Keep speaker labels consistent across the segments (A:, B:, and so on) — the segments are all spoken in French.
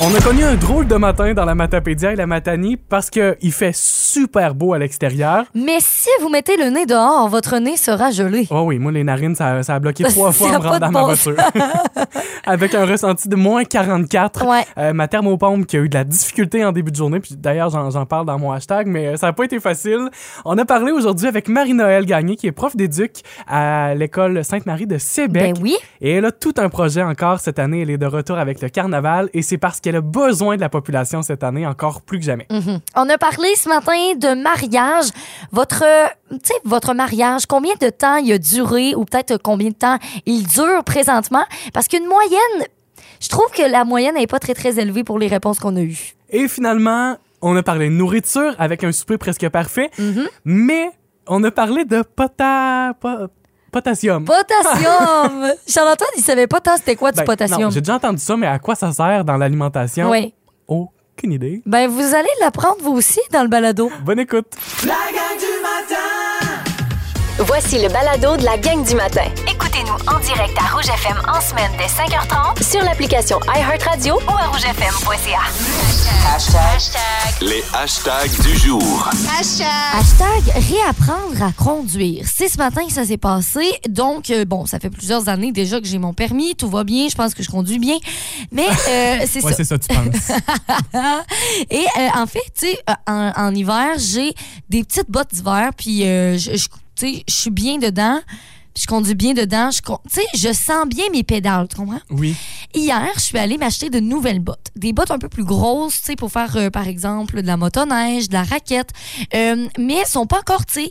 A: On a connu un drôle de matin dans la Matapédia et la Matanie parce qu'il fait super beau à l'extérieur.
B: Mais si vous mettez le nez dehors, votre nez sera gelé.
A: Oh oui, moi, les narines, ça, ça a bloqué trois fois
B: Ça
A: en me
B: a pas de
A: rendant à ma
B: bon
A: voiture. Avec un ressenti de moins 44.
B: Ouais.
A: Euh, ma thermopompe qui a eu de la difficulté en début de journée, puis d'ailleurs, j'en j'en parle dans mon hashtag, mais euh, ça n'a pas été facile. On a parlé aujourd'hui avec Marie-Noël Gagné, qui est prof d'éduc à l'école Sainte-Marie de Sébec.
B: Ben oui.
A: Et elle a tout un projet encore cette année. Elle est de retour avec le carnaval et c'est parce qu'elle a besoin de la population cette année encore plus que jamais.
B: Mhm. On a parlé ce matin de mariage. Votre, euh, tu sais, votre mariage, combien de temps il a duré ou peut-être combien de temps il dure présentement? Parce qu'une moyenne, je trouve que la moyenne n'est pas très, très élevée pour les réponses qu'on a eues.
A: Et finalement, on a parlé de nourriture avec un souper presque parfait,
B: Mhm.
A: mais on a parlé de pota... po- potassium.
B: Potassium! Charles-Antoine, il savait pas tant c'était quoi du
A: Ben, non,
B: potassium.
A: J'ai déjà entendu ça, mais à quoi ça sert dans l'alimentation?
B: Oui.
A: Aucune idée.
B: Ben, vous allez l'apprendre vous aussi dans le balado.
A: Bonne écoute.
C: La gang du matin
D: Voici le balado de la gang du matin. Écoutez-nous en direct à Rouge FM en semaine dès 5h30 sur l'application iHeartRadio ou à rougefm.ca.
E: Les hashtags du jour.
B: Hashtag réapprendre à conduire. C'est ce matin que ça s'est passé. Donc, euh, bon, ça fait plusieurs années déjà que j'ai mon permis. Tout va bien. Je pense que je conduis bien. Mais euh, c'est
A: Ouais,
B: ça.
A: c'est ça, tu penses.
B: Et euh, en fait, tu sais, euh, en, en hiver, j'ai des petites bottes d'hiver. Puis, euh, je, je- tu sais, je suis bien dedans. puis Je conduis bien dedans. Je, con- tu sais, je sens bien mes pédales. Tu comprends?
A: oui.
B: Hier, je suis allée m'acheter de nouvelles bottes. Des bottes un peu plus grosses, tu sais, pour faire, euh, par exemple, de la motoneige, de la raquette. Euh, mais elles sont pas encore, tu sais,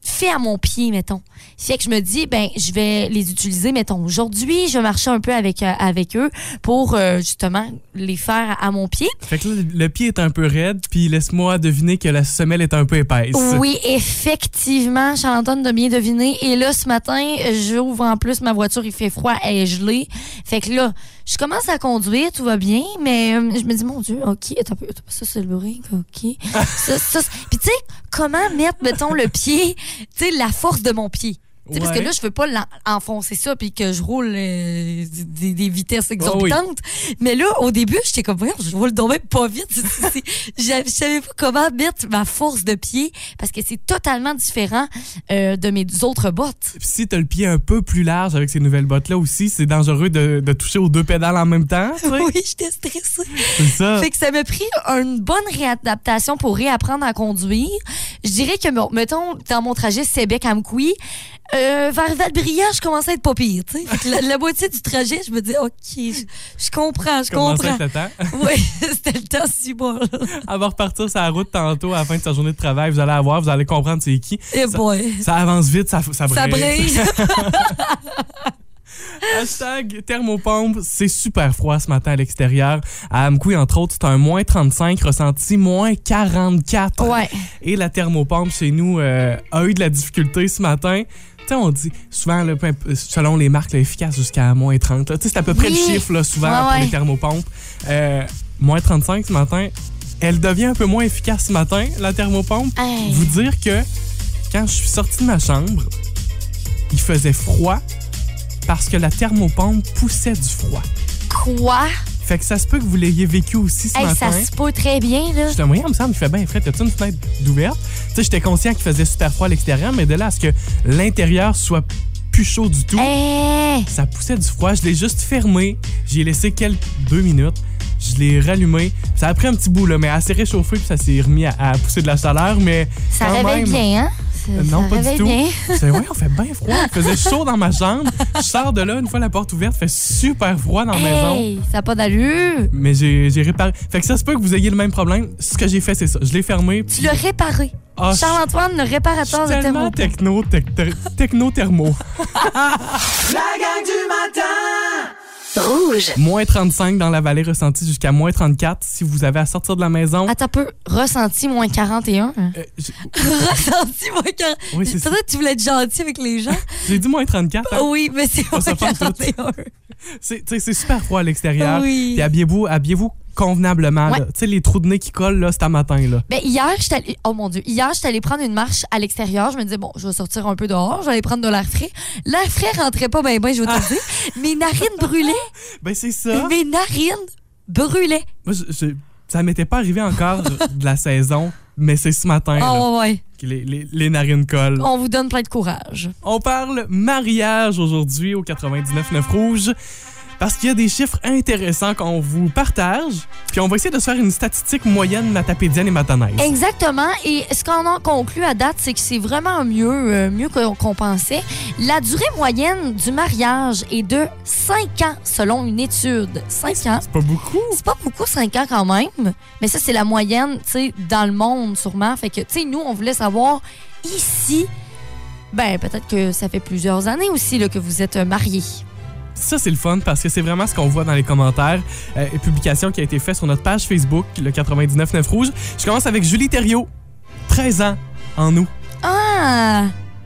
B: faites à mon pied, mettons. Fait que je me dis, ben, je vais les utiliser, mettons, aujourd'hui. Je vais marcher un peu avec, euh, avec eux pour, euh, justement, les faire à mon pied.
A: Fait que là, le pied est un peu raide, puis laisse-moi deviner que la semelle est un peu épaisse.
B: Oui, effectivement, Charles-Antoine de bien deviner. Et là, ce matin, j'ouvre en plus ma voiture, il fait froid, elle est gelée. Fait que là, je commence à conduire, tout va bien, mais euh, je me dis, mon Dieu, OK, attends, un peu, attends, ça, c'est le break, OK. ça, ça, c'est- Puis tu sais, comment mettre, mettons, le pied, tu sais, la force de mon pied. Tu sais, Parce
A: Ouais.
B: que là, je veux pas l'en- enfoncer ça puis que je roule euh, des, des vitesses exorbitantes. Mais là, au début, j'étais comme, voyons, je roule donc même pas vite. C'est- c'est- j'a- Je savais pas comment mettre ma force de pied parce que c'est totalement différent euh, de mes autres bottes.
A: Puis si t'as le pied un peu plus large avec ces nouvelles bottes-là aussi, c'est dangereux de, de toucher aux deux pédales en même temps. tu sais.
B: Oui, j'étais stressée.
A: C'est ça.
B: Fait que ça m'a pris une bonne réadaptation pour réapprendre à conduire. Je dirais que, bon, mettons, dans mon trajet Sébec à Mkoui, euh, vers Valbriand, je commençais à être pas pire. tu sais. Fait que La, la moitié du trajet, je me dis, OK, je, je comprends, je
A: Commencer
B: comprends.
A: avec le temps.
B: Oui, c'était le temps si bon.
A: Avant de repartir sur la route tantôt à la fin de sa journée de travail, vous allez avoir, vous allez comprendre c'est qui.
B: Et Eh boy,
A: Ça avance vite, ça, ça brille.
B: ça brille.
A: Hashtag thermopompe, c'est super froid ce matin à l'extérieur. À Amkoui, entre autres, c'est un moins 35, ressenti moins 44.
B: Ouais.
A: Et la thermopompe chez nous euh, a eu de la difficulté ce matin. Tu sais, on dit souvent, là, peu imp- selon les marques, là, efficace jusqu'à moins 30. là. Tu sais, c'est à peu près
B: Oui.
A: le chiffre, là, souvent,
B: Ouais,
A: pour
B: ouais.
A: les thermopompes. Euh, moins 35 ce matin. Elle devient un peu moins efficace ce matin, la thermopompe.
B: Hey.
A: Vous dire que quand je suis sorti de ma chambre, il faisait froid parce que la thermopompe poussait du froid.
B: Quoi?
A: Fait que ça se peut que vous l'ayez vécu aussi ce
B: Hey,
A: matin.
B: ça se peut très bien, là.
A: J'étais moyen, il me semble, il fait bien frais. T'as-tu une fenêtre d'ouverte? Tu sais, j'étais conscient qu'il faisait super froid à l'extérieur, mais de là à ce que l'intérieur soit plus chaud du tout,
B: Hey!
A: ça poussait du froid. Je l'ai juste fermé. J'y ai laissé quelques deux minutes. Je l'ai rallumé. Ça a pris un petit bout, là, mais assez réchauffé, puis ça s'est remis à, à pousser de la chaleur, mais.
B: Ça
A: quand
B: réveille
A: même,
B: bien, hein? Ça-
A: euh, non, pas
B: ça
A: du
B: réveille
A: tout.
B: bien.
A: C'est ouais, on fait bien froid. Il faisait chaud dans ma chambre. Je sors de là, une fois la porte ouverte, fait super froid dans la maison.
B: Hey, ça n'a pas d'allure.
A: Mais j'ai j'ai réparé. Fait que ça se peut que vous ayez le même problème. Ce que j'ai fait, c'est ça. Je l'ai fermé.
B: Tu l'as réparé.
A: Ah, je-
B: Charles-Antoine, le
A: Je
B: réparateur
A: suis
B: de
A: tellement
B: thermo.
A: techno, tec- ter- techno-thermo.
C: La gang du matin
D: Rouge.
A: moins 35 dans la vallée ressentie jusqu'à moins 34 si vous avez à sortir de la maison.
B: Attends un peu. Ressenti moins 41. hein?
A: Euh, j-
B: Ressenti moins 41.
A: Oui, c'est ça.
B: Peut-être que tu voulais être gentil avec les gens.
A: J'ai dit moins 34. hein.
B: oui, mais c'est
A: On
B: moins
A: s'offense toutes.
B: 41.
A: C'est tu sais, c'est super froid à l'extérieur.
B: Oui.
A: Puis habillez-vous habillez-vous convenablement.
B: Ouais.
A: là. Tu sais, les trous de nez qui collent, là, c'est à matin. Là.
B: Ben, hier, j'étais allée... Oh mon Dieu. Hier, j'étais allée prendre une marche à l'extérieur. Je me disais, bon, je vais sortir un peu dehors. Je vais aller prendre de l'air frais. L'air
A: Ah.
B: frais rentrait pas ben ben, je vais te le dire. Mes narines brûlaient.
A: Ben, c'est ça.
B: Mes narines brûlait.
A: Moi, je- je- ça m'était pas arrivé encore de la saison, mais c'est ce matin Ben là,
B: Oh, ouais, ouais.
A: que les, les- les narines collent.
B: On vous donne plein de courage.
A: On parle mariage aujourd'hui au 99.9 Rouge parce qu'il y a des chiffres intéressants qu'on vous partage. Puis on va essayer de se faire une statistique moyenne matapédienne et matanaise.
B: Exactement. Et ce qu'on a conclu à date, c'est que c'est vraiment mieux, euh, mieux qu'on qu'on pensait. La durée moyenne du mariage est de 5 ans, selon une étude. 5 ans.
A: Pas beaucoup.
B: C'est pas beaucoup, 5 ans quand même. Mais ça, c'est la moyenne, tu sais, dans le monde, sûrement. Fait que, tu sais, nous, on voulait savoir ici. Ben, peut-être que ça fait plusieurs années aussi là, que vous êtes euh, mariés.
A: Ça, c'est le fun parce que c'est vraiment ce qu'on voit dans les commentaires. Euh, et publication qui a été faite sur notre page Facebook, le 99.9 Rouge. Je commence avec Julie Thériault, 13 ans en nous.
B: Ah!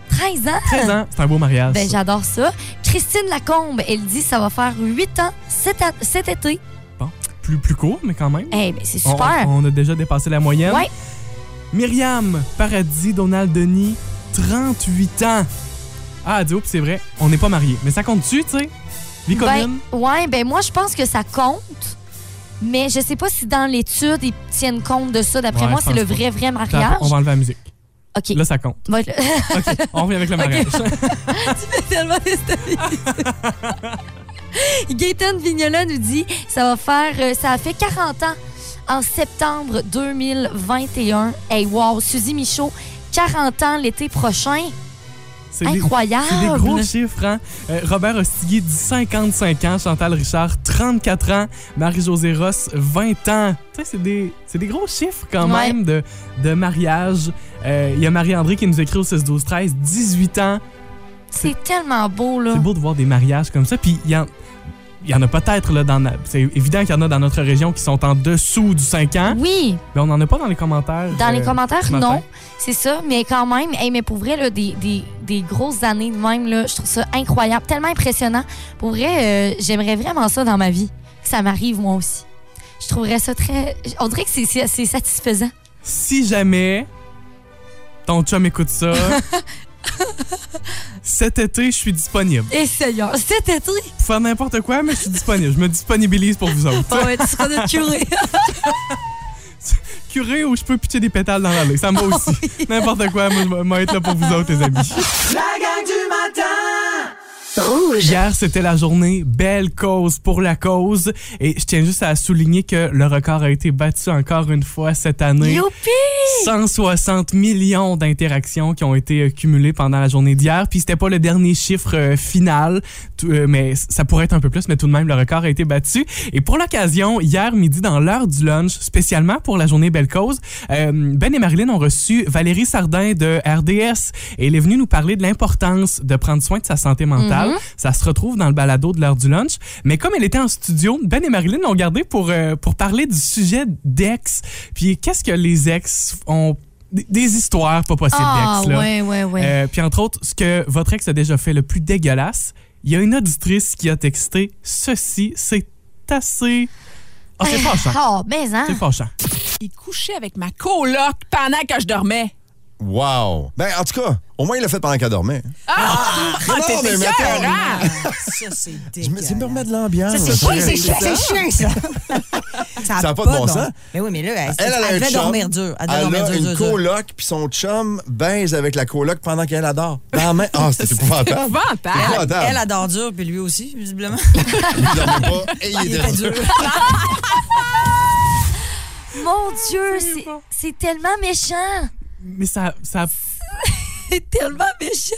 B: 13 ans?
A: 13 ans, c'est un beau mariage.
B: Ben,
A: Ah, ça.
B: j'adore ça. Christine Lacombe, elle dit ça va faire 8 ans cet, a- cet été.
A: plus, plus court, mais quand même.
B: Eh ben, c'est
A: On-
B: super.
A: On, on a déjà dépassé la moyenne.
B: Ouais.
A: Myriam Paradis Donald Denis, 38 ans. Ah, dis oups, c'est vrai, on n'est pas mariés. Mais ça compte-tu, tu sais? Vie commune?
B: Ben, ouais, ben moi, je pense que ça compte. Mais je sais pas si dans l'étude, ils tiennent compte de ça. D'après
A: Ouais,
B: moi,
A: je
B: c'est le
A: pense pas.
B: vrai, vrai mariage.
A: Attends, on va enlever la musique.
B: OK.
A: Là, ça compte.
B: Bon, là-
A: OK, on revient avec le mariage.
B: tellement déstabilisée. Gaëtan Vignola nous dit ça va faire euh, ça a fait 40 ans en septembre 2021. Hey wow, Suzy Michaud 40 ans l'été prochain.
A: C'est des-
B: Incroyable.
A: C'est des gros chiffres, hein? Euh, Robert Ostillier dit 55 ans, Chantal Richard, 34 ans, Marie-Josée Ross, 20 ans. Tu sais, c'est des, c'est des gros chiffres quand
B: Ouais.
A: même de, de mariage. Euh, Il y a Marie-André qui nous écrit au 16-12-13, 18 ans.
B: C'est tellement beau là.
A: C'est beau de voir des mariages comme ça. Puis il y en, il y en a peut-être, là, dans na- c'est évident qu'il y en a dans notre région qui sont en dessous du 5 ans,
B: Oui,
A: mais on n'en a pas dans les commentaires.
B: dans les
A: euh,
B: commentaires,
A: ce matin.
B: non. C'est ça, mais quand même, hey, mais pour vrai, là, des, des- des grosses années de même, là, je trouve ça incroyable, tellement impressionnant. Pour vrai, euh, j'aimerais vraiment ça dans ma vie, que ça m'arrive moi aussi. Je trouverais ça très... On dirait que c'est- c'est c'est satisfaisant.
A: si jamais ton chum écoute ça, cet été, je suis disponible.
B: Et Seigneur, cet été,
A: Pour faire n'importe quoi, mais je suis disponible. Je me disponibilise pour vous autres.
B: bon, tu seras notre curé.
A: Curé ou je peux pitcher des pétales dans l'allée. Ça me
B: Ah
A: va aussi. N'importe quoi, moi, je vais- moi, être là pour vous autres, les amis.
C: La gang du matin!
A: Hier, c'était la journée Belle cause pour la cause. Et je tiens juste à souligner que le record a été battu encore une fois cette année.
B: Youpi!
A: 160 millions d'interactions qui ont été euh, cumulées pendant la journée d'hier. Puis c'était pas le dernier chiffre euh, final, tout- euh, mais c- ça pourrait être un peu plus, mais tout de même, le record a été battu. Et pour l'occasion, hier midi, dans l'heure du lunch, spécialement pour la journée Belle Cause, euh, Ben et Marilyn ont reçu Valérie Sardin de RDS. Et elle est venue nous parler de l'importance de prendre soin de sa santé mentale.
B: Mm-hmm.
A: Ça se retrouve dans le balado de l'heure du lunch. Mais comme elle était en studio, Ben et Marilyn l'ont gardé pour, euh, pour parler du sujet d'ex. Puis qu'est-ce que les ex ont... Des des histoires pas possibles
B: Ah,
A: d'ex, là.
B: ouais, ouais, ouais.
A: Euh, puis entre autres, ce que votre ex a déjà fait le plus dégueulasse, il y a une auditrice qui a texté ceci, c'est assez... Ah, c'est fâchant.
B: Ah, mais hein?
A: C'est fâchant.
F: Il couchait avec ma coloc pendant que je dormais.
G: Wow! Ben, en tout cas, au moins, il l'a fait pendant qu'elle dormait.
F: Ah!
G: Non,
F: t'es
G: mais mettons-
F: écœurant!
H: Ça, c'est
G: Je me dis, me remettre de l'ambiance.
H: Ah, C'est
G: Ça,
H: chiant, c'est chiant,
G: ça.
H: c'est chiant, ça.
G: Ça a pas de bon sens.
H: Mais oui, mais là, elle,
G: Elle, elle a
H: elle
G: un
H: devait
G: chum.
H: dormir dur. Elle devait
G: Elle
H: dormir
G: a
H: dur,
G: une
H: dur, dur.
G: coloc, puis son chum baise avec la coloc pendant qu'elle adore. Dans la main. Ah, c'est épouvantable.
F: Épouvantable!
G: Épouvantable.
H: Elle adore dur, puis lui aussi, visiblement.
G: Il dormait pas et il
H: Il
G: était
H: était dur.
B: Mon Dieu, c'est- c'est tellement méchant.
A: Mais ça... ça
B: C'est tellement méchant.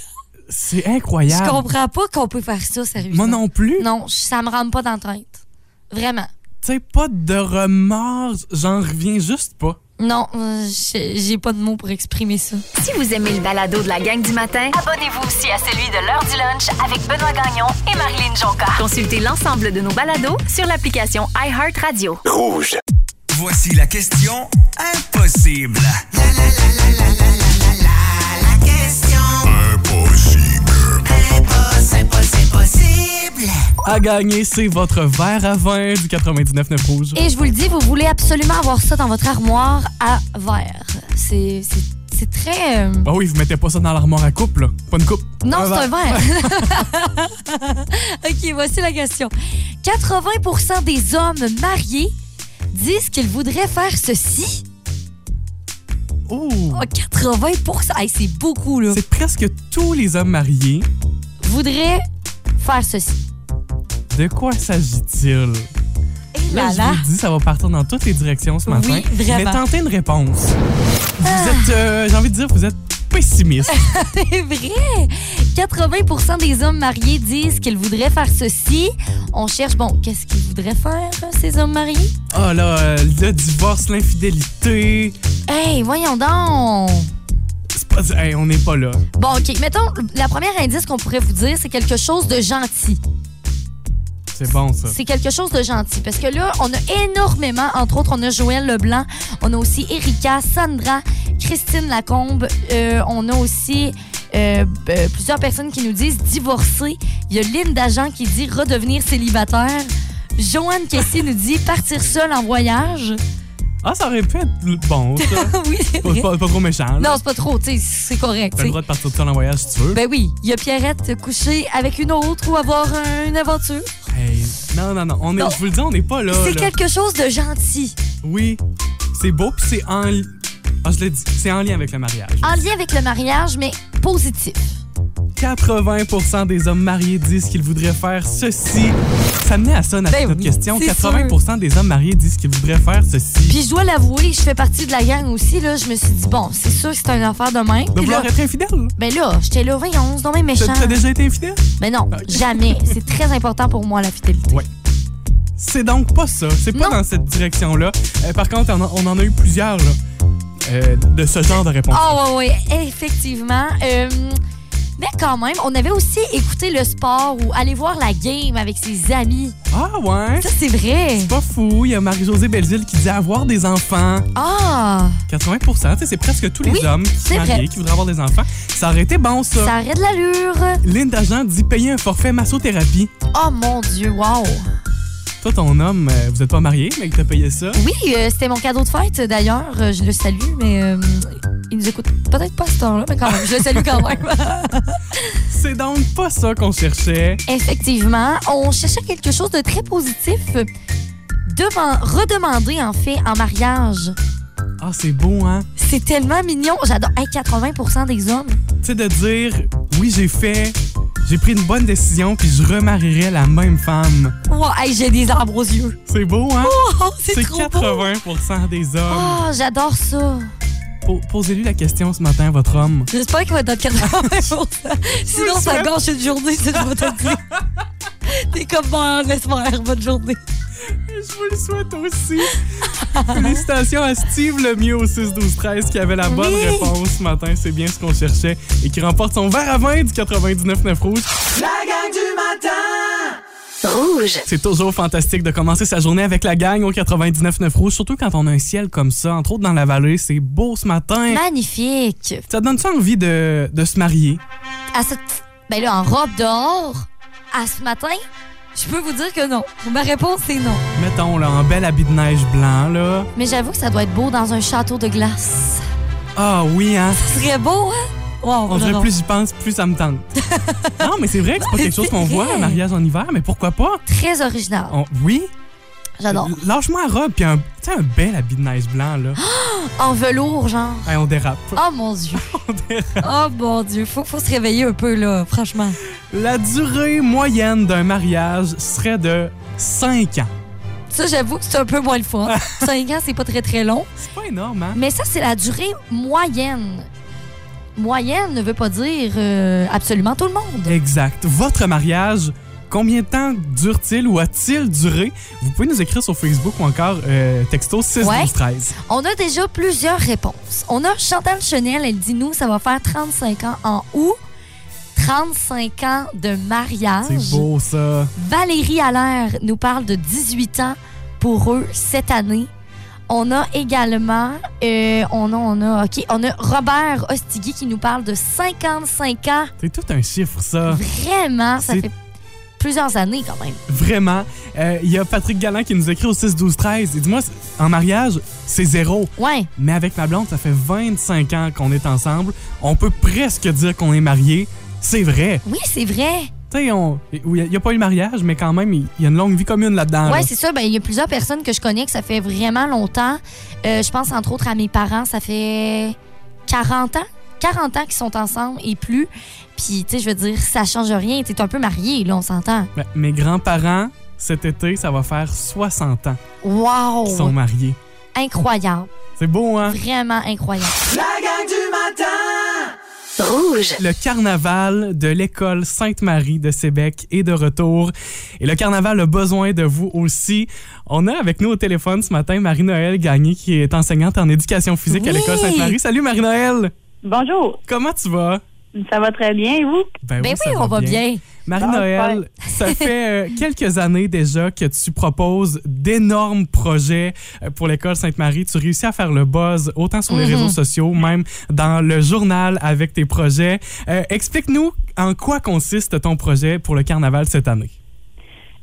A: c'est
B: Je
A: incroyable.
B: comprends pas qu'on peut faire ça,
A: Moi
B: sérieusement.
A: non plus.
B: Non, je- ça me rentre pas dans la tête. Vraiment.
A: Tu sais, pas de remords. J'en reviens juste pas.
B: Non, euh, j'ai j'ai pas de mots pour exprimer ça.
D: Si vous aimez le balado de la gang du matin, abonnez-vous aussi à celui de l'heure du lunch avec Benoît Gagnon et Marilyn Jonca. Consultez l'ensemble de nos balados sur l'application iHeartRadio.
E: Rouge.
I: Voici la question impossible.
A: À gagner, c'est votre verre à vin du 99.9 Rouge.
B: Et je vous le dis, vous voulez absolument avoir ça dans votre armoire à verre. C'est c'est- C'est très. euh,
A: Ah oui, vous mettez pas ça dans l'armoire à coupe, là. Pas une coupe.
B: Non, c'est un verre. OK, voici la question. 80 des hommes mariés disent qu'ils voudraient faire ceci.
A: Ouh.
B: Oh, 80 Hey, C'est beaucoup, là.
A: C'est presque tous les hommes mariés.
B: Voudraient faire ceci.
A: De quoi s'agit-il?
B: Et
A: Là,
B: là, là.
A: je vous le dis, ça va partir dans toutes les directions ce matin.
B: Oui,
A: Je vais
B: vraiment. Ah.
A: tenter une réponse. Vous êtes, euh, j'ai envie de dire, vous êtes pessimiste.
B: C'est vrai! 80 des hommes mariés disent qu'ils voudraient faire ceci. On cherche, bon, qu'est-ce qu'ils voudraient faire, euh, ces hommes mariés?
A: Ah là, euh, le divorce, l'infidélité.
B: Hey, voyons donc!
A: C'est pas, hey, on n'est pas là.
B: Bon, OK. Mettons, la première indice qu'on pourrait vous dire, c'est quelque chose de gentil.
A: C'est bon, ça.
B: C'est quelque chose de gentil. Parce que là, on a énormément, entre autres, on a Joël Leblanc, on a aussi Erika, Sandra, Christine Lacombe, euh, on a aussi euh, euh, plusieurs personnes qui nous disent divorcer. Il y a Linda Jean qui dit redevenir célibataire. Joanne Cassie nous dit partir seule en voyage.
A: Ah, ça aurait pu être l- bon, ça.
B: oui, c'est
A: pas,
B: vrai.
A: pas- pas trop méchant.
B: Non,
A: là.
B: c'est pas trop, tu sais, c'est correct.
A: T'as le
B: tu sais.
A: droit de partir tout seul en voyage si tu veux.
B: Ben oui, il y a Pierrette couchée avec une autre ou avoir un- une aventure.
A: Hey, non, non, non. On est,
B: Non.
A: je vous le dis, on n'est pas là.
B: C'est
A: Oh là.
B: quelque chose de gentil.
A: Oui, c'est beau, puis c'est en... li- Ah, je l'ai dit, c'est en lien avec le mariage.
B: En lien avec le mariage, mais positif.
A: 80 des hommes mariés disent qu'ils voudraient faire ceci. Ça menait à ça, notre
B: Ben
A: notre
B: oui,
A: question.
B: c'est
A: 80 des hommes mariés disent qu'ils voudraient faire ceci.
B: Puis je dois l'avouer, je fais partie de la gang aussi. Là, je me suis dit, bon, c'est sûr que c'est une affaire de même.
A: de
B: Puis là,
A: vouloir être infidèle.
B: ben là, j'étais là, voyons, c'est donc bien
A: T'as
B: méchant.
A: t'as déjà été infidèle?
B: Mais non,
A: Ok.
B: jamais. C'est très important pour moi, la fidélité.
A: Ouais. C'est donc pas ça. C'est pas
B: Non.
A: dans cette direction-là. Euh, par contre, on en, on en a eu plusieurs là, euh, de ce genre de réponse.
B: Ah ouais, ouais, effectivement. Euh, mais quand même, on avait aussi écouté le sport ou aller voir la game avec ses amis.
A: Ah ouais?
B: Ça, c'est vrai.
A: C'est pas fou. Il y a Marie-Josée Belzile qui dit avoir des enfants.
B: Ah,
A: 80 tu sais, c'est presque tous les
B: Oui,
A: hommes qui sont
B: c'est
A: mariés
B: vrai.
A: qui voudraient avoir des enfants. Ça aurait été bon, ça.
B: ça aurait de l'allure.
A: Linda Jean dit payer un forfait massothérapie.
B: Oh mon Dieu, wow.
A: Toi, ton homme, euh, vous êtes pas marié, mais il t'a payé ça.
B: Oui, euh, c'était mon cadeau de fête, d'ailleurs. Euh, je le salue, mais euh, il nous écoute peut-être pas à ce temps-là, mais quand même, je le salue quand même.
A: C'est donc pas ça qu'on cherchait.
B: Effectivement, on cherchait quelque chose de très positif. Deman- redemander, en fait, en mariage.
A: Ah, c'est beau, hein?
B: C'est tellement mignon. J'adore. Hey, 80 des hommes.
A: Tu sais, de dire, oui, j'ai fait, j'ai pris une bonne décision, puis je remarierai la même femme.
B: Wow, hey, j'ai des arbres aux yeux.
A: C'est beau, hein?
B: Oh,
A: c'est
B: c'est trop beau.
A: 80 des hommes.
B: Oh, j'adore ça.
A: Po- Posez-lui la question ce matin, votre homme.
B: J'espère qu'il va être dans 80 Sinon, ça gâche une journée, ça, je vais te le dire. T'es comme, bon, laisse-moi faire, bonne journée.
A: Je vous le souhaite aussi. Félicitations à Steve Lemieux au 6-12-13 qui avait la bonne
B: Oui.
A: réponse ce matin. C'est bien ce qu'on cherchait et qui remporte son verre à vin du 99-9 rouge.
C: La gang du matin
A: C'est toujours fantastique de commencer sa journée avec la gang au 99.9 Rouge, surtout quand on a un ciel comme ça. Entre autres, dans la vallée, c'est beau ce matin.
B: Magnifique.
A: Ça te donne-tu envie de, de se marier?
B: à cette... Ben là, en robe dehors, à ce matin, je peux vous dire que non. Ma réponse, c'est non.
A: Mettons, là, en bel habit de neige blanc, là.
B: Mais j'avoue que ça doit être beau dans un château de glace.
A: Ah oui, hein?
B: Ce serait beau, hein? Wow,
A: On
B: non,
A: dirait
B: non.
A: plus j'y pense, plus ça me tente. non, mais c'est vrai que c'est pas quelque chose qu'on
B: C'est
A: voit,
B: vrai.
A: un mariage en hiver, mais pourquoi pas?
B: Très original.
A: On- oui?
B: J'adore.
A: Lâche-moi la robe, puis un, tu sais, un bel habit de neige blanc, là.
B: En velours, genre.
A: Hey, on dérape.
B: Oh mon Dieu. oh mon Dieu. Faut, faut se réveiller un peu, là, franchement.
A: La durée moyenne d'un mariage serait de 5 ans.
B: Ça, j'avoue que c'est un peu moins le fun. 5 ans, c'est pas très, très long.
A: C'est pas énorme, hein?
B: Mais ça, c'est la durée moyenne. Moyenne ne veut pas dire euh, absolument tout le monde.
A: Exact. Votre mariage, combien de temps dure-t-il ou a-t-il duré? Vous pouvez nous écrire sur Facebook ou encore euh, texto 6
B: Ouais.
A: 12 13.
B: On a déjà plusieurs réponses. On a Chantal Chenel, elle dit nous, ça va faire 35 ans en août. 35 ans de mariage.
A: C'est beau, ça.
B: Valérie Allaire nous parle de 18 ans pour eux cette année. On a également, euh, on a, on a, ok, on a Robert Ostigui qui nous parle de 55 ans.
A: C'est tout un chiffre, ça.
B: Vraiment, ça
A: Ah. C'est
B: fait plusieurs années quand même.
A: Vraiment. Euh, Il y a Patrick Galland qui nous écrit au 6-12-13. Il dit Moi, en mariage, c'est zéro.
B: Ouais.
A: Mais avec ma blonde, ça fait 25 ans qu'on est ensemble. On peut presque dire qu'on est mariés. C'est vrai.
B: Oui, c'est vrai.
A: Tu sais, on- il n'y a pas eu le mariage, mais quand même, il y a une longue vie commune là-dedans.
B: Ouais,
A: Ah, là.
B: c'est ça. Ben, il y a plusieurs personnes que je connais que ça fait vraiment longtemps. Euh, je pense entre autres à mes parents, ça fait 40 ans. 40 ans qu'ils sont ensemble et plus. Puis, tu sais, je veux dire, ça change rien. T'es un peu marié, là, on s'entend.
A: Ben, mes grands-parents, cet été, ça va faire 60 ans
B: Wow!
A: qu'ils sont mariés.
B: Incroyable.
A: C'est beau, hein?
B: Vraiment incroyable.
C: La gang du matin!
A: Le carnaval de l'école Sainte-Marie de Sébec est de retour. Et le carnaval a besoin de vous aussi. On a avec nous au téléphone ce matin Marie-Noël Gagné, qui est enseignante en éducation physique à
B: Oui.
A: l'école Sainte-Marie. Salut Marie-Noël!
J: Bonjour,
A: Comment tu vas?
J: ça va très bien et vous?
B: Ben oui, on va bien.
A: Marie-Noël, ça fait euh, quelques années déjà que tu proposes d'énormes projets euh, pour l'école Sainte-Marie. Tu réussis à faire le buzz autant sur les
B: Mhm.
A: réseaux sociaux, même dans le journal avec tes projets. Euh, Explique-nous en quoi consiste ton projet pour le carnaval cette année.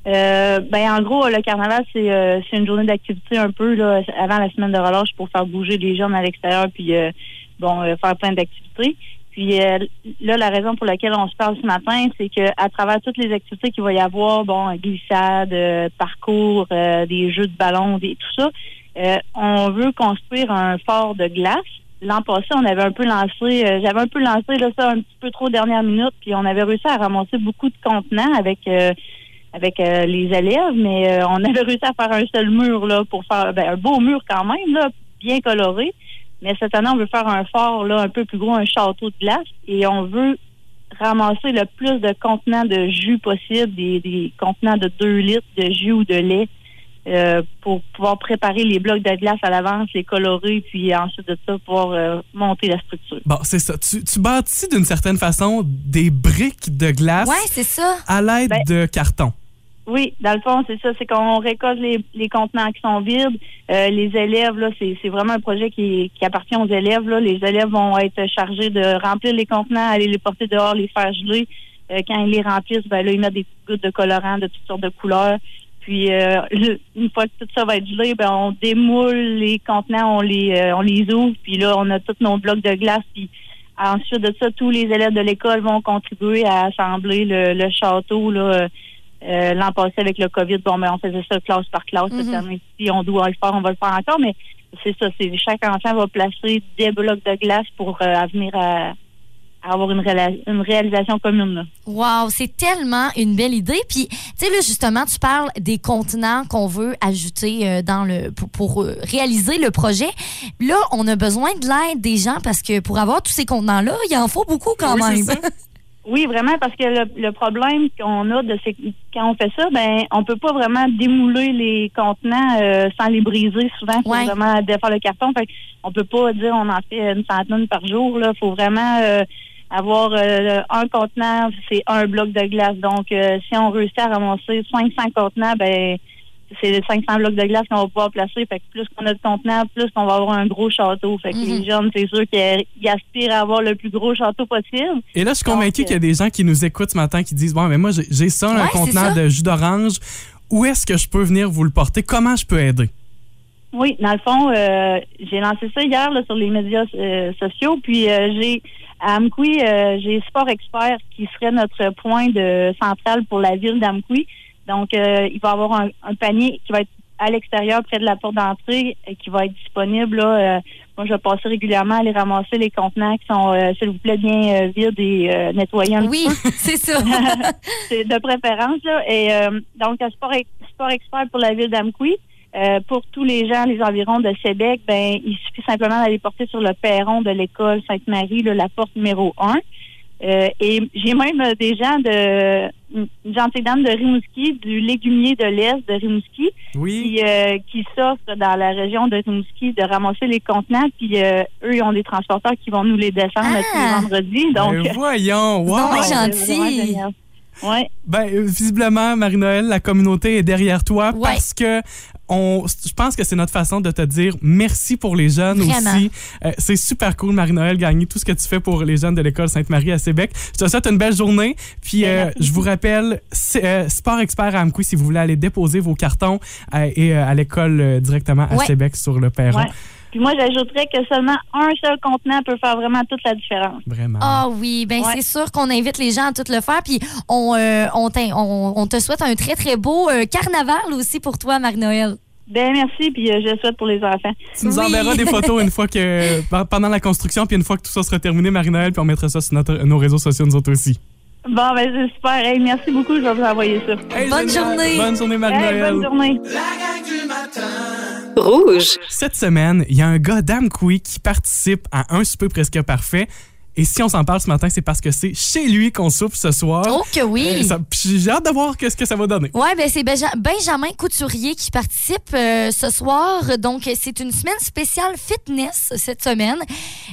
J: Euh, ben en gros, le carnaval, c'est euh, c'est une journée d'activité un peu là, avant la semaine de relâche pour faire bouger les jeunes à l'extérieur puis euh, bon euh, faire plein d'activités. Puis euh, là, la raison pour laquelle on se parle ce matin, c'est que à travers toutes les activités qu'il va y avoir, bon, glissade, euh, parcours, euh, des jeux de ballon, des, tout ça, euh, on veut construire un fort de glace. L'an passé, on avait un peu lancé, euh, j'avais un peu lancé là, ça un petit peu trop dernière minute, puis on avait réussi à ramasser beaucoup de contenants avec euh, avec euh, les élèves, mais euh, on avait réussi à faire un seul mur là pour faire ben, un beau mur quand même là, bien coloré. Mais cette année, on veut faire un fort là un peu plus gros, un château de glace, et on veut ramasser le plus de contenants de jus possible, des, des contenants de 2 litres de jus ou de lait, euh, pour pouvoir préparer les blocs de glace à l'avance, les colorer, puis ensuite de ça, pouvoir euh, monter la structure.
A: Bon, c'est ça. Tu, tu bâtis d'une certaine façon des briques de glace
B: Ouais, c'est ça.
A: à l'aide
J: Ben-
A: de carton.
J: Oui, dans le fond, c'est ça, c'est qu'on récolte les, les contenants qui sont vides. Euh, les élèves, là, c'est c'est vraiment un projet qui, qui appartient aux élèves. Là. Les élèves vont être chargés de remplir les contenants, aller les porter dehors, les faire geler. Euh, quand ils les remplissent, ben là, ils mettent des petites gouttes de colorant de toutes sortes de couleurs. Puis euh, le- une fois que tout ça va être gelé, ben on démoule les contenants, on les euh, on les ouvre, puis là on a tous nos blocs de glace. Puis ensuite de ça, tous les élèves de l'école vont contribuer à assembler le, le château là. euh, euh, L'an passé, avec le COVID, bon, mais on faisait ça classe par classe. Cette
B: Mhm.
J: année, si on doit le faire, on va le faire encore. Mais c'est ça, c'est chaque enfant va placer des blocs de glace pour euh, venir à, à avoir une, réla- une réalisation commune. là.
B: Wow, c'est tellement une belle idée. Puis, tu sais, là, justement, tu parles des contenants qu'on veut ajouter euh, dans le, pour, pour, euh, réaliser le projet. Là, on a besoin de l'aide des gens parce que pour avoir tous ces contenants-là, il en faut beaucoup quand
A: Oui, c'est
B: même.
A: ça.
J: Oui, vraiment, parce que le, le problème qu'on a de ces, quand on fait ça, ben on peut pas vraiment démouler les contenants euh, sans les briser. Souvent,
B: Ouais.
J: c'est vraiment défaire le carton. Fait que on peut pas dire on en fait une centaine par jour. Là, faut vraiment euh, avoir euh, un contenant, c'est un bloc de glace. Donc, euh, si on réussit à ramasser 500 contenants, ben c'est les 500 blocs de glace qu'on va pouvoir placer. Fait que plus qu'on a de contenants, plus qu'on va avoir un gros château. Fait que les jeunes, c'est sûr qu'ils ils aspirent à avoir le plus gros château possible.
A: Et là, je suis convaincu
J: Donc,
A: qu'il
J: euh,
A: y a des gens qui nous écoutent ce matin qui disent Bon, mais moi, j'ai- j'ai ça, un
B: Ouais, c'est
A: contenant
B: ça.
A: de jus d'orange. Où est-ce que je peux venir vous le porter? Comment je peux aider?
J: Oui, dans le fond, euh, j'ai lancé ça hier là, sur les médias euh, sociaux. Puis euh, j'ai à Amqui, euh, j'ai Sport Expert qui serait notre point de central pour la ville d'Amqui. Donc, euh, il va y avoir un, un panier qui va être à l'extérieur, près de la porte d'entrée, et qui va être disponible. là. Euh, moi, je vais passer régulièrement à aller ramasser les contenants qui sont, euh, s'il vous plaît, bien euh, vides et euh, nettoyés un
B: Oui, c'est ça.
J: c'est de préférence. Là. Et euh, donc, à Sport, Sport Expert pour la ville d'Amqui, euh, pour tous les gens, les environs de Sébec, ben, il suffit simplement d'aller porter sur le perron de l'école Sainte-Marie, là, la porte numéro 1. Euh, et j'ai même euh, des gens de une gentille dame de Rimouski, du légumier de l'Est de Rimouski,
A: Oui.
J: qui, euh, qui s'offrent dans la région de Rimouski de ramasser les contenants. Puis euh, eux, ils ont des transporteurs qui vont nous les descendre
B: Ah!
J: tous les vendredis. Donc,
A: Ben voyons, wow!
B: donc bien
J: c'est
B: gentil.
J: vraiment génial. Ouais.
A: Ben, euh, visiblement, Marie-Noël, la communauté est derrière toi
B: Ouais.
A: parce que on, je pense que c'est notre façon de te dire merci pour les jeunes
B: Vraiment.
A: aussi. Euh, c'est super cool, Marie-Noël, gagner tout ce que tu fais pour les jeunes de l'école Sainte-Marie à Sébec. Je te souhaite une belle journée.
B: Ben,
A: Puis euh, je vous rappelle, c'est, euh, Sport Expert à Amqui, si vous voulez aller déposer vos cartons euh, et euh, à l'école euh, directement à
B: Ouais.
A: Sébec sur le perron.
J: Ouais. Puis moi, j'ajouterais que seulement un seul contenant peut faire vraiment toute la différence.
A: Vraiment.
B: Ah oui, ben
J: Ouais.
B: c'est sûr qu'on invite les gens à tout le faire. Puis on, euh, on, t'in- on- on te souhaite un très, très beau euh, carnaval aussi pour toi, Marie-Noël.
J: Ben merci, puis euh, je le souhaite pour les enfants.
A: Tu nous
B: Oui.
A: enverras des photos une fois que pendant la construction, puis une fois que tout ça sera terminé, Marie-Noël, puis on mettra ça sur notre- nos réseaux sociaux, nous autres aussi.
J: Bon, ben c'est super. Hey, merci beaucoup, je vais vous envoyer ça.
A: Hey, génial.
B: Bonne journée.
A: Bonne journée,
J: Hey,
A: Marie-Noël.
J: bonne journée.
C: La gang du matin.
A: Cette semaine, il y a un gars d'Amqui qui participe à un souper presque parfait. Et si on s'en parle ce matin, c'est parce que c'est chez lui qu'on soupe ce soir.
B: Oh que
A: Et
B: oui!
A: ça- puis J'ai hâte de voir qu'est-ce que ça va donner.
B: Ouais, ben c'est Benja- Benjamin Couturier qui participe euh, ce soir. Donc, c'est une semaine spéciale fitness cette semaine.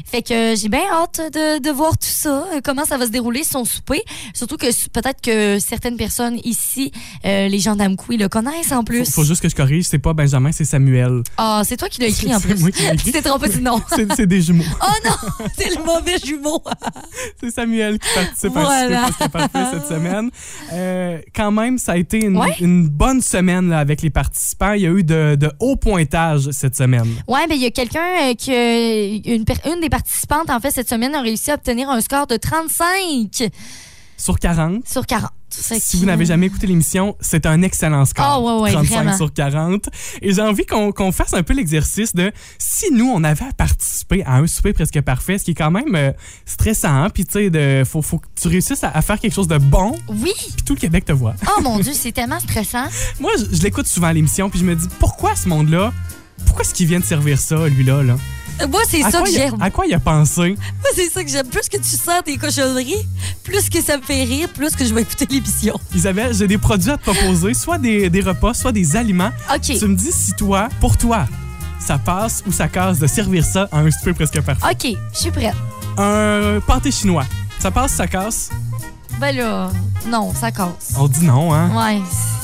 B: Fait que euh, j'ai bien hâte de, de voir tout ça, euh, comment ça va se dérouler, son souper. Surtout que s- peut-être que certaines personnes ici, euh, les gens d'Amqui, le connaissent en
A: Faut,
B: plus.
A: faut juste que je corrige, c'est pas Benjamin, c'est Samuel.
B: Ah, c'est toi qui l'as écrit en
A: C'est
B: plus.
A: moi qui l'ai écrit.
B: Tu t'es trompé du nom.
A: C'est c'est des jumeaux.
B: Oh non, c'est le mauvais jumeau.
A: C'est Samuel qui participe
B: Voilà.
A: à ce Presque Parfait cette semaine. Euh, quand même, ça a été une,
B: Ouais.
A: une bonne semaine là, avec les participants. Il y a eu de, de hauts pointages cette semaine.
B: Ouais, ben il y a quelqu'un euh, qui a- une, per- une des participantes en fait cette semaine a réussi à obtenir un score de 35
A: Sur 40,
B: sur 40. Fait
A: si
B: que-
A: vous n'avez jamais écouté l'émission, c'est un excellent score.
B: Ah ouais, ouais,
A: 35
B: vraiment.
A: sur 40. Et j'ai envie qu'on qu'on fasse un peu l'exercice de si nous, on avait à participer à un souper presque parfait, ce qui est quand même euh, stressant, hein, puis tu sais, de- faut, faut que tu réussisses à, à faire quelque chose de bon,
B: Oui.
A: puis tout le Québec te voit.
B: Oh mon dieu, c'est tellement stressant.
A: Moi, je, je l'écoute souvent à l'émission, puis je me dis pourquoi ce monde-là, pourquoi est-ce qu'il vient de servir ça, lui-là, là?
B: Moi, c'est
A: À
B: ça
A: quoi,
B: que
A: il a-
B: j'aime.
A: à quoi il a pensé?
B: Moi, c'est ça que j'aime. Plus que tu sors des cochonneries, plus que ça me fait rire, plus que je vais écouter l'émission.
A: Isabelle, j'ai des produits à te proposer, soit des, des repas, soit des aliments.
B: OK.
A: Tu me dis si toi, pour toi, ça passe ou ça casse de servir ça à un souper presque parfait.
B: OK, je suis prête.
A: Un pâté chinois, ça passe, ça casse?
B: Ben là, non, ça casse.
A: On dit non, hein?
B: Ouais.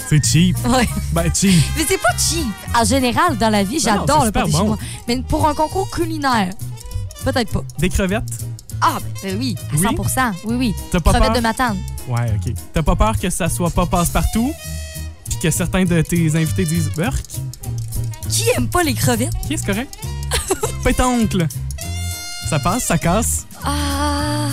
A: C'est cheap.
B: Ouais.
A: Ben, cheap.
B: Mais c'est pas cheap. En général, dans la vie,
A: Ben non,
B: j'adore
A: c'est
B: le
A: super
B: pâté
A: bon.
B: chinois. Mais pour un concours culinaire, peut-être pas.
A: Des crevettes?
B: Ah, ben oui, à
A: Oui?
B: 100 Oui, oui.
A: T'as pas
B: Crevette
A: peur?
B: de matane.
A: Ouais, OK. T'as pas peur que ça soit pas passe-partout? Puis que certains de tes invités disent « Burk,
B: Qui aime pas les crevettes?
A: ok, c'est correct. » Pétoncle. Ça passe, ça casse.
B: Ah.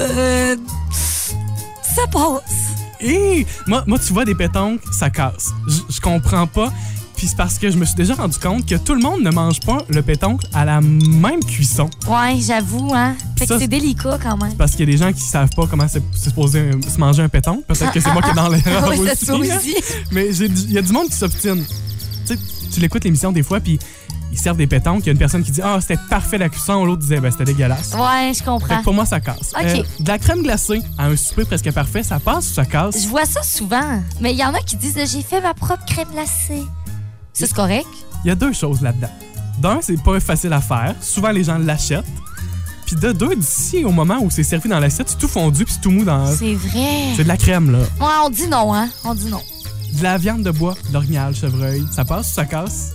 B: Euh. Ça passe.
A: Et moi, moi, tu vois des pétoncles, ça casse. J- Je comprends pas. Puis c'est parce que je me suis déjà rendu compte que tout le monde ne mange pas le pétoncle à la même cuisson.
B: Ouais, j'avoue, hein. Fait que
A: Ça,
B: c'est délicat quand même.
A: Parce qu'il y a des gens qui savent pas comment c'est c'est supposé euh, se manger un pétoncle. Peut-être que c'est Ah, moi qui est dans l'erreur
B: Ouais, ça se
A: aussi,
B: peut
A: là.
B: aussi.
A: Mais j'ai du- il y a du monde qui s'obstine. Tu sais, tu l'écoutes l'émission des fois, puis ils servent des pétoncles. Il y a une personne qui dit Ah, c'était parfait la cuisson. L'autre disait Ben, c'était dégueulasse.
B: Ouais, je
A: Fait
B: comprends.
A: que pour moi, ça casse.
B: Ah.
A: Euh,
B: Ok.
A: de la crème glacée à un souper presque parfait, ça passe ou ça casse?
B: Je vois ça souvent. Mais il y en a qui disent j'ai fait ma propre crème glacée. Ça, c'est correct.
A: Il y a deux choses là-dedans. D'un, c'est pas facile à faire. Souvent, les gens l'achètent. Puis de deux, d'ici au moment où c'est servi dans l'assiette, c'est tout fondu puis c'est tout mou dans.
B: C'est vrai.
A: C'est de la crème, là.
B: Ouais, on dit non, hein. On dit non.
A: De la viande de bois, l'orignal, chevreuil. Ça passe ou ça casse?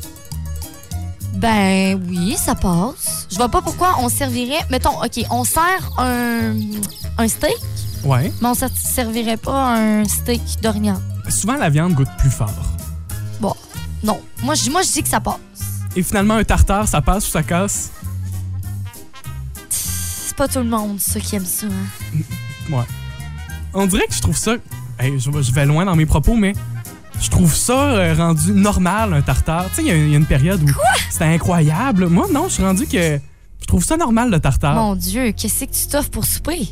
B: Ben oui, ça passe. Je vois pas pourquoi on servirait. Mettons, OK, on sert un, un steak,
A: Ouais.
B: mais on ser- servirait pas un steak d'orignal.
A: Souvent, la viande goûte plus fort.
B: Bon, non. Moi, je moi, je dis que ça passe.
A: Et finalement, un tartare, ça passe ou ça casse?
B: C'est pas tout le monde, ça, qui aime ça. hein.
A: On dirait que je trouve ça. Hey, je, je vais loin dans mes propos, mais je trouve ça euh, rendu normal, un tartare. Tu sais, il y a- il y, a une période où c'était incroyable. Moi, non, je suis rendu que. Je trouve ça normal, le tartare.
B: Mon Dieu, qu'est-ce que tu t'offres pour souper?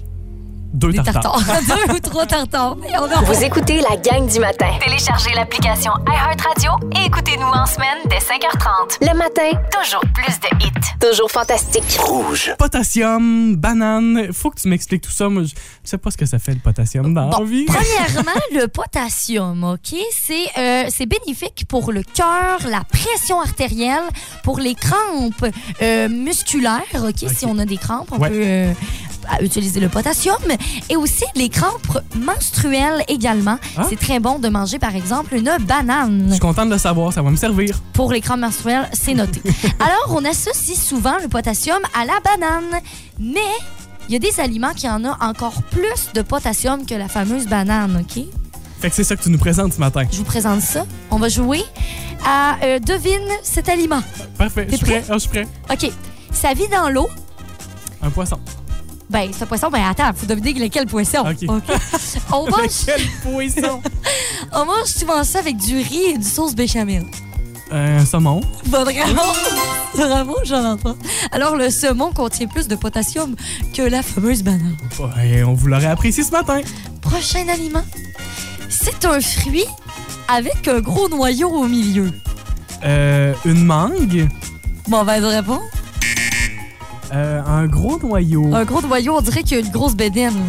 A: Deux
B: Des
A: tartares.
B: tartares. Deux ou trois tartares. Mais on en
D: Vous écoutez la gang du matin. Téléchargez l'application iHeartRadio et écoutez-nous en semaine dès 5h30. Le matin, toujours plus de hits. Toujours fantastique.
A: Potassium, banane. Faut que tu m'expliques tout ça. Moi, je je sais pas ce que ça fait, le potassium dans la vie.
B: Premièrement, le potassium, OK? C'est euh, c'est bénéfique pour le cœur, la pression artérielle, pour les crampes euh, musculaires, OK? Si on a des crampes, on
A: Ouais.
B: peut euh, à utiliser le potassium et aussi les crampes menstruelles également.
A: Ah.
B: C'est très bon de manger, par exemple, une banane.
A: Je suis contente de le savoir, ça va me servir.
B: pour les crampes menstruelles, c'est noté. Alors, on associe souvent le potassium à la banane, mais il y a des aliments qui en ont encore plus de potassium que la fameuse banane, OK?
A: Fait que c'est ça que tu nous présentes ce matin.
B: Je vous présente ça. On va jouer à euh, Devine cet aliment.
A: Parfait, je
B: T'es
A: suis prêt. Ah, je suis prêt.
B: OK. Ça vit dans l'eau.
A: Un poisson.
B: Ben, ce poisson, ben attends, faut deviner lequel poisson.
A: OK.
B: On, mange,
A: Quel poisson?
B: on mange souvent ça avec du riz et du sauce béchamel.
A: Un saumon.
B: Bonne réponse. Bravo, Jonathan. Alors, le saumon contient plus de potassium que la fameuse banane.
A: Ouais, on vous l'aurait apprécié ce matin.
B: Prochain aliment, c'est un fruit avec un gros noyau au milieu.
A: Euh, une mangue.
B: Mauvaise réponse.
A: Euh, un gros noyau.
B: Un gros noyau, on dirait qu'il y a une grosse bédaine.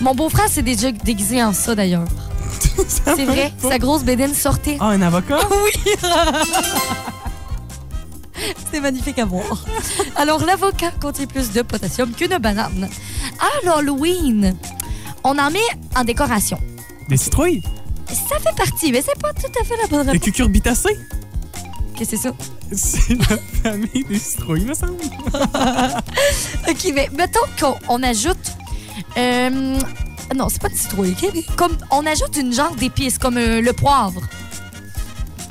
B: Mon beau-frère s'est déjà déguisé en ça, d'ailleurs. C'est vrai, sa grosse bédaine sortait.
A: Ah, un avocat?
B: C'était magnifique à voir. Alors, l'avocat contient plus de potassium qu'une banane. À l'Halloween, on en met en décoration.
A: Des citrouilles?
B: Ça fait partie, mais c'est pas tout à fait la bonne
A: Des
B: réponse.
A: cucurbitacées?
B: Qu'est-ce que c'est ça?
A: C'est la famille des citrouilles, me semble.
B: OK, mais mettons qu'on on ajoute. euh, non, c'est pas de citrouille, OK? Comme on ajoute une genre d'épice, comme euh, le poivre.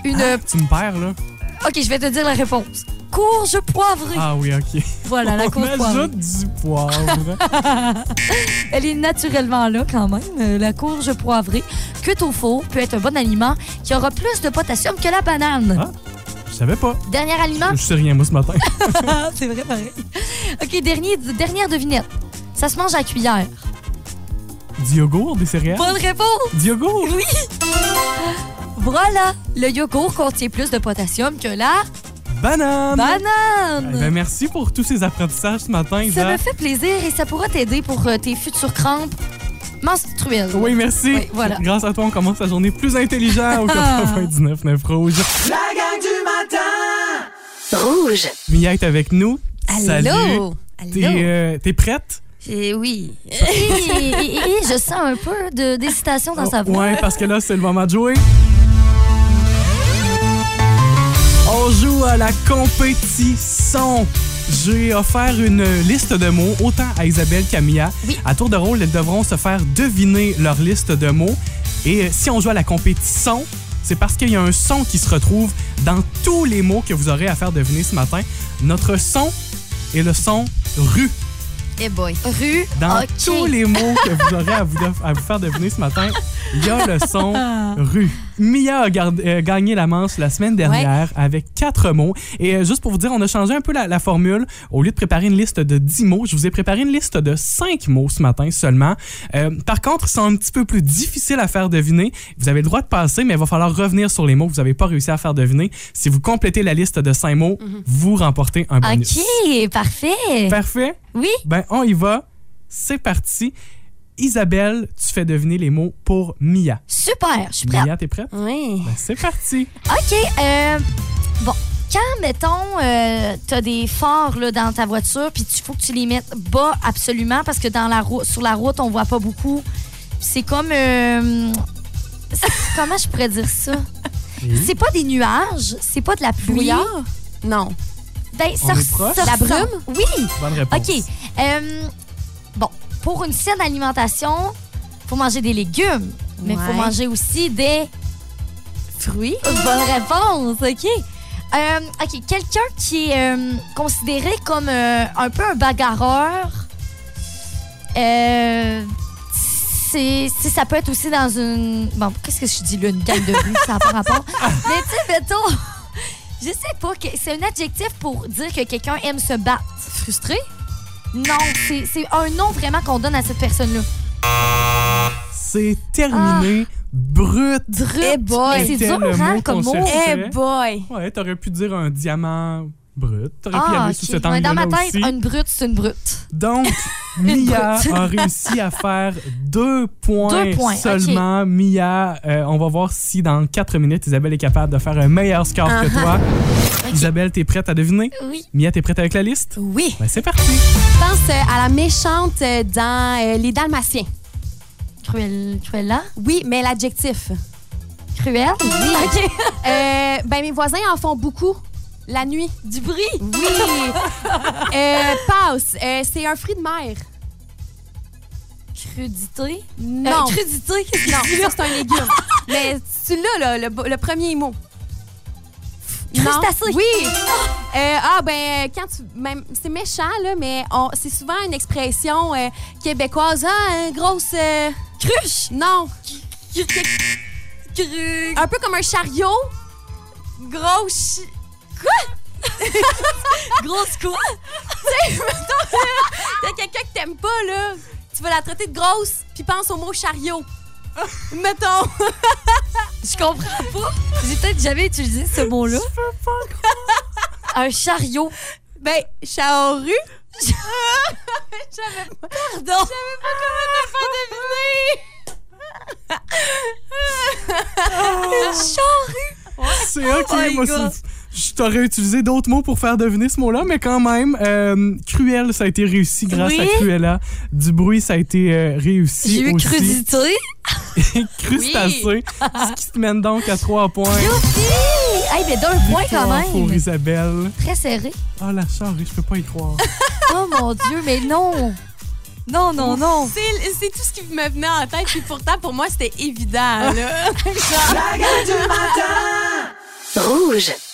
B: Une. euh,
A: Tu me perds, là.
B: OK, je vais te dire la réponse. Courge poivrée.
A: Ah oui, OK.
B: Voilà, la
A: on
B: courge poivrée.
A: ajoute du poivre.
B: Elle est naturellement là quand même. Euh, La courge poivrée, cuite au four, peut être un bon aliment qui aura plus de potassium que la banane.
A: Ah. je savais pas.
B: Dernier aliment. Ah,
A: Je sais rien, moi, ce matin.
B: c'est vrai, pareil. OK, dernier, dernière devinette. Ça se mange à cuillère.
A: Ah. du yogourt, des céréales?
B: Bonne réponse!
A: Du yogourt?
B: Oui. Voilà, le yogourt contient plus de potassium que la
A: Banane! Eh
B: banane.
A: ben, merci pour tous ces apprentissages ce matin,
B: Ça me
A: Isa.
B: fait plaisir et ça pourra t'aider pour euh, tes futures crampes menstruelles.
A: Oui, merci.
B: Oui, voilà. Ah.
A: Grâce à toi, on commence la journée plus intelligente au 99 9 Rouge.
C: La gang du matin
D: Rouge.
A: Mia est avec nous. Salut.
B: Allô.
A: T'es
B: Allô.
A: euh, t'es prête?
B: Eh oui. Et- et- et je sens un peu de- d'hésitation dans sa voix.
A: Oh, ouais, parce que là, c'est le moment de jouer. On joue à la compétition. J'ai offert une liste de mots, autant à Isabelle qu'à Mia.
B: Oui.
A: À tour de rôle, elles devront se faire deviner leur liste de mots. Et euh, si on joue à la compétition, c'est parce qu'il y a un son qui se retrouve dans tous les mots que vous aurez à faire deviner ce matin. Notre son est le son rue
B: Eh boy. Rue.
A: dans
B: ok.
A: tous les mots que vous aurez à vous, def- à vous faire deviner ce matin, il y a le son rue. Mia a gard- euh, gagné la manche la semaine dernière avec quatre mots. Et euh, juste pour vous dire, on a changé un peu la, la formule. Au lieu de préparer une liste de 10 mots, je vous ai préparé une liste de cinq mots ce matin seulement. Euh, par contre, ils sont un petit peu plus difficiles à faire deviner. Vous avez le droit de passer, mais il va falloir revenir sur les mots que vous n'avez pas réussi à faire deviner. Si vous complétez la liste de cinq mots, vous remportez un bonus.
B: Mhm. OK, parfait.
A: Parfait.
B: Oui.
A: Ben, on y va. C'est parti. Isabelle, tu fais deviner les mots pour Mia.
B: Super, je suis prête.
A: Mia, t'es prête?
H: Oui.
A: Ben, c'est parti.
B: OK. euh, bon, quand, mettons, euh, t'as des phares là, dans ta voiture, puis il faut que tu les mettes bas absolument parce que dans la route, sur la route, on voit pas beaucoup. C'est comme. euh, c'est- comment je pourrais dire ça? C'est pas des nuages, c'est pas de la pluie.
F: Brouillard? Non.
B: Ben,
A: On
B: ça
A: est proche?
B: ça
F: La
B: ressemble. Oui.
A: Bonne réponse.
B: OK. euh, bon, pour une saine alimentation, faut manger des légumes, mais faut
H: Ouais.
B: manger aussi des
H: Fruits.
B: Bonne réponse, OK. Euh, OK, quelqu'un qui est euh, considéré comme euh, un peu un bagarreur, euh, c'est, c'est- ça peut être aussi dans une... Bon, qu'est-ce que je dis là, une gang de rue, ça n'a pas rapport. Mais tu sais, mettons, je sais pas, que- c'est un adjectif pour dire que quelqu'un aime se battre. Frustré? Non, c'est, c'est un nom vraiment qu'on donne à cette personne-là.
A: C'est terminé.
B: Ah.
A: Brut.
B: Drut.
H: Eh boy.
B: Mais c'est
A: C'était
B: dur,
A: le
B: hein,
A: mot
B: comme
A: qu'on
B: mot.
H: Eh
A: cherchait.
H: boy.
A: Ouais, t'aurais pu dire un diamant brut. T'aurais pu y
B: Ah,
A: aller
B: ok.
A: sous cet
B: Ouais,
A: angle-là
B: Dans ma tête,
A: aussi.
B: une brute, c'est une brute.
A: Donc, Mia a réussi à faire deux points,
B: Deux points,
A: seulement. Mia, euh, on va voir si dans quatre minutes, Isabelle est capable de faire un meilleur score que
B: Ah.
A: toi. Isabelle, t'es prête à deviner?
B: Oui.
A: Mia, t'es prête avec la liste?
H: Oui.
A: Ben, c'est parti.
H: Je pense euh, à la méchante euh, dans euh, Les Dalmatiens.
B: Cruel, Cruella?
H: Oui, mais l'adjectif.
B: Cruelle?
H: OK. Euh, ben, mes voisins en font beaucoup. La nuit. Du bruit. Oui. Euh, passe. Euh, c'est un fruit de mer.
B: Crudité?
H: Non.
B: Euh, crudité? qu'est-ce que
H: Non,
B: c'est?
H: ça, c'est un légume. Mais celui-là, là, le, bo- le premier mot.
B: Crustacé.
H: Oui. Euh, ah, ben, quand tu. même- c'est méchant, là, mais on- c'est souvent une expression euh, québécoise. Ah, une grosse. euh,
B: Cruche?
H: non.
B: Cru.
H: Un peu comme un chariot. Gros. chi-
B: Grosse quoi?
H: T'as quelqu'un que t'aimes pas, là. Tu vas la traiter de grosse, puis pense au mot chariot. Mettons.
B: Je comprends pas. J'ai peut-être jamais utilisé ce mot-là. Un chariot.
H: Ben, charrue.
B: Pardon.
A: C'est OK,
B: Oh my
A: moi,
B: God.
A: c'est- Je t'aurais utilisé d'autres mots pour faire deviner ce mot-là, mais quand même, euh, cruel, ça a été réussi grâce
B: Oui.
A: à Cruella. Du bruit, ça a été euh, réussi.
B: J'ai eu
A: aussi.
B: crudité.
A: Crustacé. Ce qui te mène donc à trois points.
B: Youpi! Hey, mais d'un point quand
A: Victoire Pour
B: même.
A: Isabelle.
B: Très serré.
A: Ah, la charrue, je peux pas y croire.
B: Oh mon Dieu, mais non. Non, non, non.
H: C'est c'est tout ce qui me venait en tête, puis pourtant, pour moi, c'était évident, là.
C: La gang du matin!
D: Rouge.